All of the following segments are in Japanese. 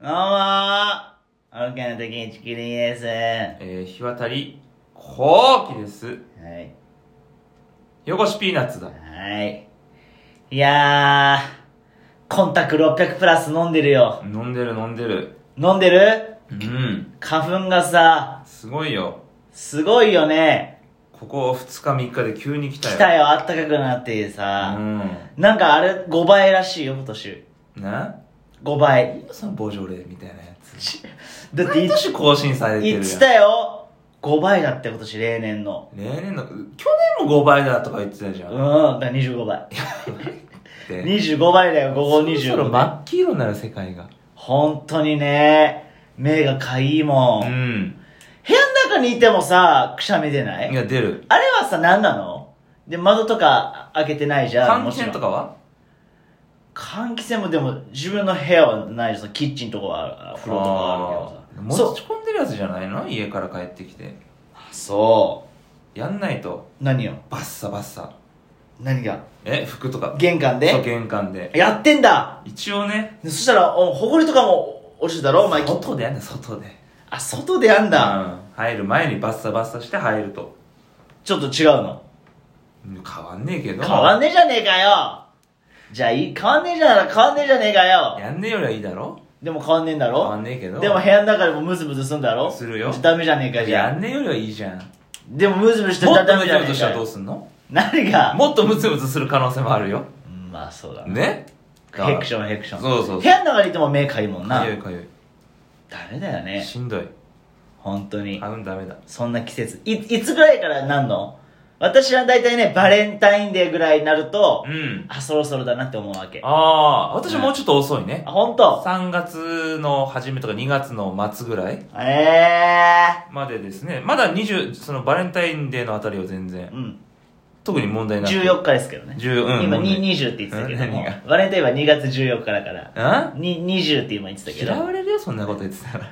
どうもーオルカの時一キリです。はえー、日渡り、後期です。い。汚しピーナッツだ。はい。いやー、コンタク600プラス飲んでるよ。飲んでる飲んでる。飲んでるうん。花粉がさ、すごいよ。すごいよね。ここ2日3日で急に来たよ。来たよ、あったかくなってさ。うなんかあれ、5倍らしいよ、今年。ん。な5倍。そのボジョレーみたいなやつ。だって毎年更新されてる言やん。ってたよ。5倍だって今年、例年の。例年の、去年も5倍だとか言ってたじゃ。うんん、っだから25倍。て25倍だよ、午後そろそろ25倍。真っ黄色になる世界が。本当にね、目がかゆいもん。うん。部屋の中にいてもさ、くしゃみ出ないいや、出る。あれはさ、何なので、窓とか開けてないじゃん。換気扇ともちろんかは換気扇もでも、自分の部屋はないじゃん。そのキッチンとかはある、風呂とかはあるけど持さ。ちそう。込んでるやつじゃないの家から帰ってきて。そやんないと、う。何よバッサバッサ。何がえ、服とか。玄関そう、で玄関で。やってんだ一応ね、でそしたら、お、ほこりとかも落ちてたろお前、きっと。外でやんね、外で。あ、外でやんだ。うん。入る前にバッサバッサして入ると。ちょっと違うの。うん変わんねえけど。変わんねねえじゃねえかよじゃあいい、変わんねえじゃな変わんねえじゃねえかよやんねえよりはいいだろでも変わんねえんだ変わろんねえけど。でも部屋の中でもムズムズすんだろするよダメじゃねえかじゃやあんねえよりはいいじゃん。でもムズムズしてもダっとメムじツゃムねツえしたからどようすんの何がもっとムツムツする可能性もあるよ。うんまあそうだなねヘクションヘクションそうそう部屋の中にいても目かゆいもんなかゆいかゆダメだよい。ねしんどい。本当にあうん、ダメだ。そんな季節いいつぐらいからなんの私は大体ねバレンタインデーぐらいになるとうん。あそろそろだなって思うわけあああ、私もうちょっと遅いね。本当3月の初めとか2月の末ぐらいえまでですね。まだ20、そのバレンタインデーのあたりは全え然、うん特に問題なく。 14日ですけどね10うん今もうにね20って言ってたけど何もがバレンタインは2月14日だからんに20って今言ってたけ嫌どわれるよ、そんなこと言って たら。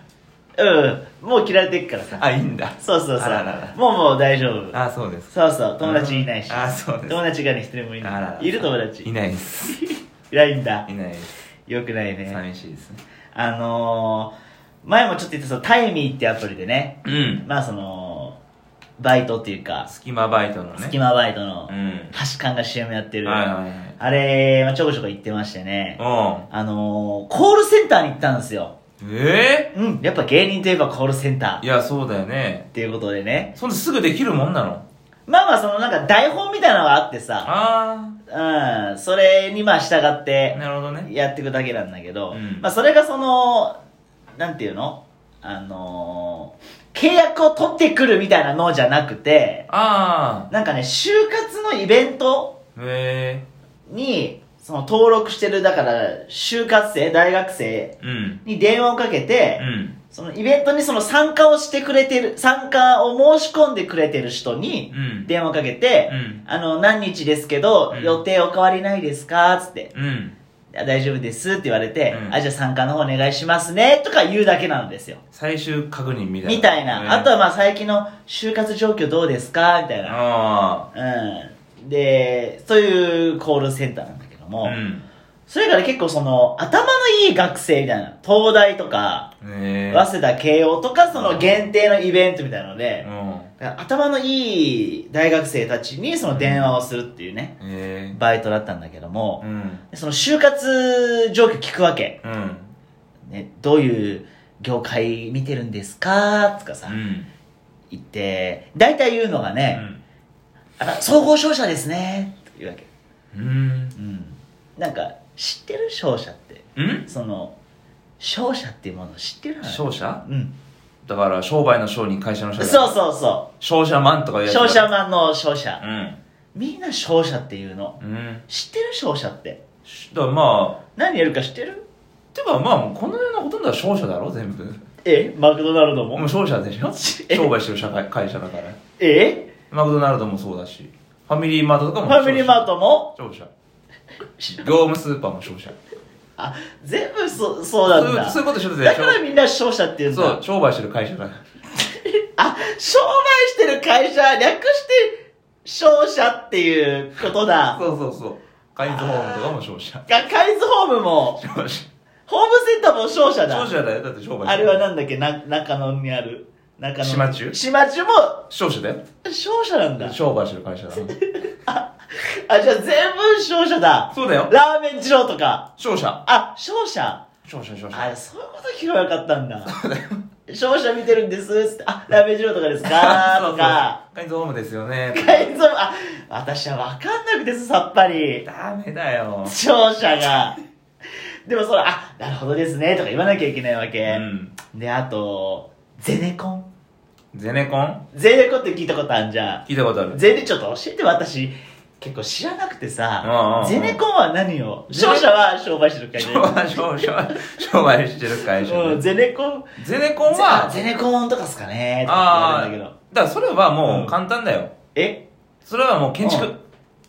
うんもう嫌われてっからさあ、いいんだ。そうそうそうあらららもうもう大丈夫あ、そうです。そうそう友達いないしあ、そうです。友達がね一人もいあらならいいる友達いないです。いないんだいないです。よくない ね寂しいですね。あのー、前もちょっと言ったそのタイミーってアプリでねうん。まあそのバイトっていうか隙間バイトのね。隙間バイトのうん。端感が CM やってるはいあはいはい。れ、まあ、ちょこちょこ行ってましてねうあのー、コールセンターに行ったんですよん。えうんやっぱ芸人といえばコールセンターえいや、そうだよね。っていうことでねそんですぐできるもんなのまあまあそのなんか台本みたいなのがあってさあうん、それにまあ従っあ、てなるほどね。やっていくだけなんだけど、うんまあそれがその、なんていうのあのー契約を取ってくるみたいなのじゃなくて、あなんかね、就活のイベントあ、へに、その登録してる、だから、就活生、大学生え、うん。に電話をかけて、うん。そのイベントにその参加をしてくれてる、参加を申し込んでくれてる人にうん。電話をかけて、うん。あの、何日ですけど、うん予定お変わりないですかつって。うん。いや大丈夫ですって言われて、うんあ、じゃあ参加の方お願いしますね、とか言うだけなんですよ。最終確認みたいな。みたいな。あとは、はまあ最近の就活状況どうですかみたいな。あうん。で、そういうコールセンターなんだけども、あ、うん。それから結構その、頭のいい学生みたいな、東大とか、ええ。早稲田慶応とか、その限定のイベントみたいなのうで、ん。だから頭のいい大学生たちにその電話をするっていうね、えバイトだったんだけどもえ。、うん。その就活状況聞くわけ。うん。ね、どういう業界見てるんですかとかさ、うん。言って、大体言うのがうね、ん。あら、総合商社ですね、って言うわけ。うん。うん。なんか、知ってる商社って。うんその、商社っていうもの知ってるの商社うん。だから商売の商に会社の社そうだそうそ商社マンとかいうう。やつ商社マンの商社。ンみんな商社っていうの。うんうん知ってる商社って。しだからまあ何やるか知ってるてかまあもうこの世のほとんどは商社だろ全部えマクドナルドももう商社でしょ え商売してる社会会社だからえマクドナルドもそうだしファミリーマートとかフもァミリーマートもト商社知らん業務スーパーも商社あ、全部そ、そうなんだ。そういうことしてるでだしからみんな商社って言うょんそだう。商売してる会社だかあ、商売してる会社、略して商社っていうことだ。らそうそうそうカインズホームとかも商社が、カイズホームも、商社ホームセンターも商社だ商社だよ。だって商売。あれはなんだっけな中野にある中野島忠島忠も商社だよ。商社なんだ商売してる会社だな。 あじゃあ全部商社だそうだよ。ラーメン二郎とか商社。あ商社商社、商社。あそういうこと聞けばよかったんだ商社見てるんですつってあラーメン二郎とか ですかとかそうそう。カインズホームですよね。改造あ私は分かんなくてささっぱりダメだよ。商社がでもそれあなるほどですねとか言わなきゃいけないわうけ、ん。であとゼネコンゼネコンゼネコンって聞いたことあるじゃん聞いたことある。ゼネちょっと教えて私結構知らなくてうんうんさうんゼネコンは何をゼネ商社は商売してる会社商売、商社、商売してる会社だうよん。ゼネコンゼネコンは、ゼネコンとかっすかねとあかあ言われるんだけどだからそれはもうんう簡単だよ。えそれはもう建築。う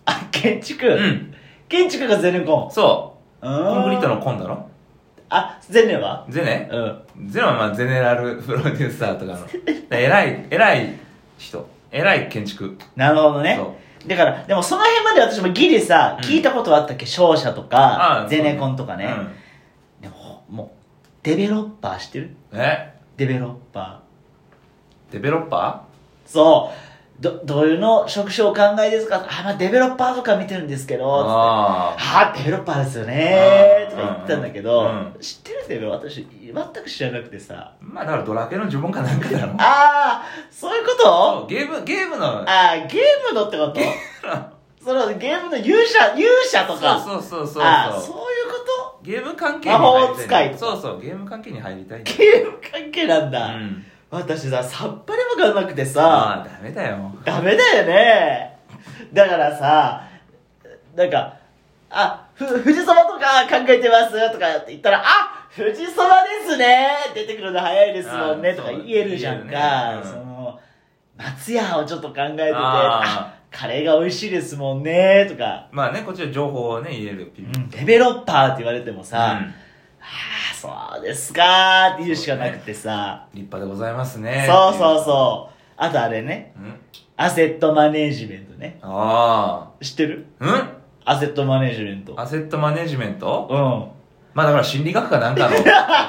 あ建築、うん。建築がゼネコンそう。ココンクリートのコンだろあゼネはゼネうんゼロはまあゼネラルプロデューサーとかの。 だから偉い、偉い人。偉い建築。なるほどねそだからでもその辺まで私もギリさ、うん聞いたことはあったっけ商社とあかあゼネコンとかう。ね、うんでももうデベロッパーしてるえデベロッパーデベロッパそうどどういうの職種をお考えですかあ、まあ、デベロッパーとか見てるんですけーどつってあああ。デベロッパーですよねあーとか言ってたんだけど、うんうん知ってるデベロ私全く知らなくてさまあだからドラケの呪文かなんかだろ。ああそういうことそうゲーム、ゲームの。ああゲームのってことそのゲームの勇者勇者とかそうそうそうそうああそそういうことう。ゲーム関係に入り魔法た使い、いそうそう、ゲーム関係に入りたいんだよ。ゲーム関係なんうだ、ん。私ささっぱり分かんなくてさまあダメだよ。ダメだよねだからさなんか「あふ富士そばとか考えてます」とかって言ったら「あ富士そばですね出てくるの早いですもんね」あとそうか言えるじゃん言えるか、ねうんその松屋をちょっと考えてて「ああカレーが美味しいですもんね」とか、まあね、こっちは情報をね、入れる。うピピん「デベロッパー」って言われてもさ「うんああそうですか」って言うしかなくてさ立派でございますそう,、ね。そうそうう。あとあれねうんアセットマネージメントねあ知ってるあ。うんアセットマネージメント。アセットマネジメントうん。まあだから心理学かなんかの。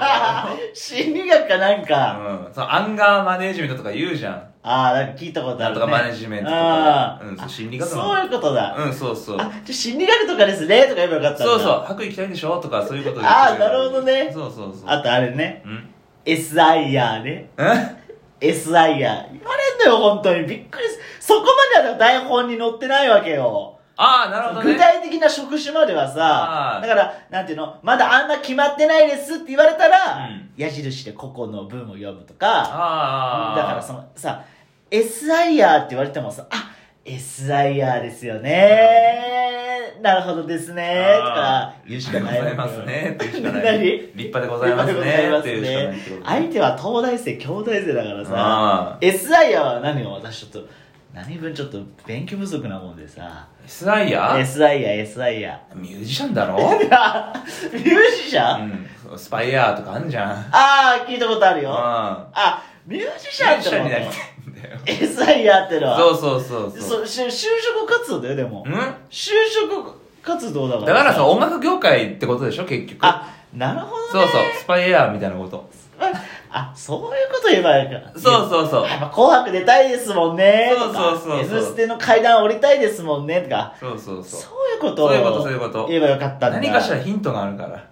心理学かなんか、うん。そのアンガーマネジメントとか言うじゃん。ああ、なんか聞いたことあなる、んね。とかマネジメントとあか。ーうん、そう心理あ学の。そういうことだ。うん、そうそう。あ、じゃあ心理学とかですね、とか言えばよかったんだ。そうそう。白衣着たいでしょとかそういうことであーなるほどねそうそうそう。あとあれね、うん SIR ね。え SIR。言われんのよ、本当に。びっくりすそこまでは台本に載ってないわけよ。ああ、なるほどね。具体的な職種まではさあ、ーだから、なんていうの、まだあんま決まってないですって言われたら、うん矢印で個々の文を読むとか、ああ。だからそのさ SIR って言われてもさあ SIR ですよねなるほどですねとあかー言うしかない立派でございますね。っていうしかない。何立派でございますね。っていうしかないってことだね。相手は東大生京大生だからさああ。 SIR は何を私ちょっと何分ちょっと勉強不足なもんでさ SI や SIRSIR ミュージシャン だろミュージシャン、うん。スパイヤーとかあんじゃん。ああ聞いたことあるよあああ。ミュージミシュャンっージてシャンこになりたいんだよ。と SIR ってのはそうそうそうそう。そうし就職活動だよでもうんだ就職活動だからからさ、音楽業界ってことでしょ結局。あなるほどそうねそう、スパイエアーみたいなこと。あそういうこと言えばいいからそうそうそう。やっぱ紅白出たいですもんねとかそうそうそうそう M ステ」の階段降りたいですもんね」とかそうそうそうそう。いうことをそういうことそういうこと言えばよかったんだ何かしらヒントがある から。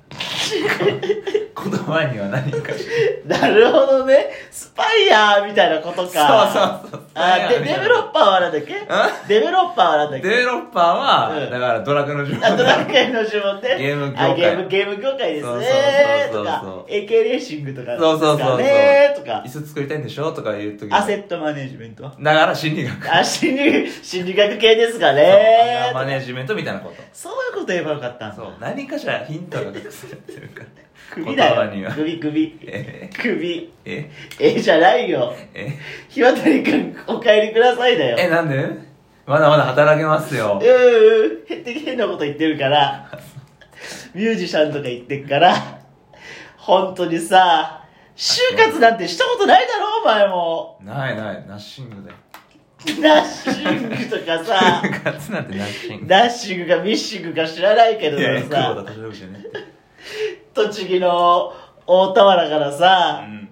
言葉には何かし なるほどねスパイヤーみたいなことら。かそうそうそう。あでスパイデヤーみたいなベロッパーはなんだっけデベロッパーはなんだっ デベけロッパーは、うんだからドラクエの情報あドラクエの呪文でゲーム業界あゲームゲーム業界ですねそとうそうそうそかう AK レーシングとかですかねそうそうそうそうとか椅子作りたいんでしょとか言うときアセットマネジメントはだから心理学。あ心理心理学系ですかそうねマネージメントみたいなこと。そういうこと言えばよかったんだそう、何かしらヒントが隠されてるから。 首だ言葉によは首首え首ええじゃない よえ日渡君お帰りくださいだよえ、なんでまだまだ働けますよ。うーん、へって変なこと言ってるから、ミュージシャンとか言ってるから、本当にさ、就活なんてしたことないだろ、お前も。ないない、ナッシングだよ。ダッシングとかさ、ガツなんてナッシング。ダッシングかミッシングか知らないけどいやいや、さ久保田、敏信じゃねえって。栃木の大田原からうさ、ん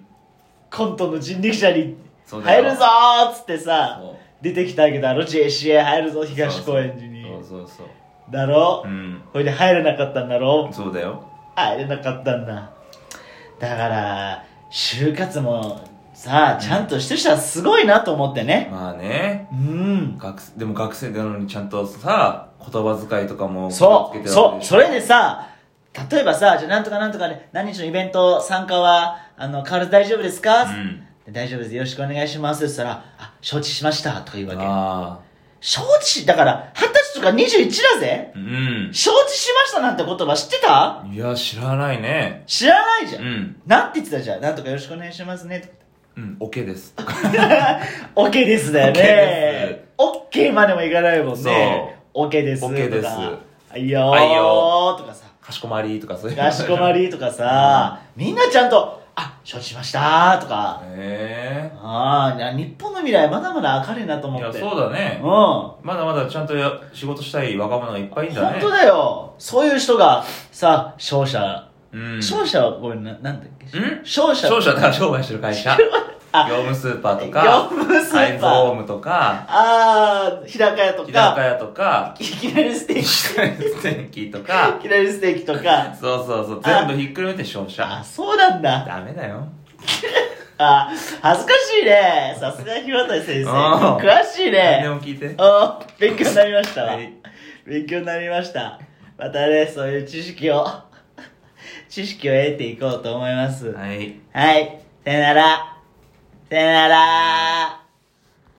コントの人力車にそうだ入よるぞーっつってさそう出てきたわけだろ JCA 入るぞ東高円寺にそうそうそうだろ、そううんほいで入れなかったんだろそうだよ入れなかったんだだから就活もさちゃんとしてる人はすごいなと思ってねまあねうん学生でも学生なのにちゃんとさ言葉遣いとかもそ気をうつけてるわそけうしょそれでさ例えばさじゃあなんとかなんとかで何日のイベント参加はあの変わらず大丈夫ですか、うん大丈夫ですよろしくお願いしますって言ったら「あ承知しました」とか言うわけあ承知だから二十歳とか21だぜあうん承知しましたなんて言葉知ってたいや知らないね知らないじゃ、うんんなんて言ってたじゃんなんとかよろしくお願いしますねとかうんオケですオッケーですだよオッケーでね。オッケーまでもいかないもんね。オッケーです。オッケーですとかはいよはいーよとかさ。かしこまりとかそういうかしこまりとかさ、みんなちゃんと、あ、承知しましたーとか。へえああ、日本の未来まだまだ明るいなとー、思いっやて。そうだねうん。本まだまだちゃんとや仕事したい若者がいっぱいいんだね当だよ。そういう人が、さ、商社。うん商社は、ごめんな、なんだっけん商社。商 社だから商売してる会社業あ、務スーパーと業か務スーパーサイズホームとかあー、日高屋と日高か、屋とかいきなりステーキ。 西い谷電機とかきなりステーキとか。そうそうそう全部ひっくるめて商あ、社そうなんだ。ダメだよあ、恥ずかしいね。さすがひろた先生。うん詳しい何でね。も聞いてあ勉強になりましたわはい。勉強になりました。またね、そういう知識を、 知識を得ていこうと思います。はいはい。さよなら。さよなら。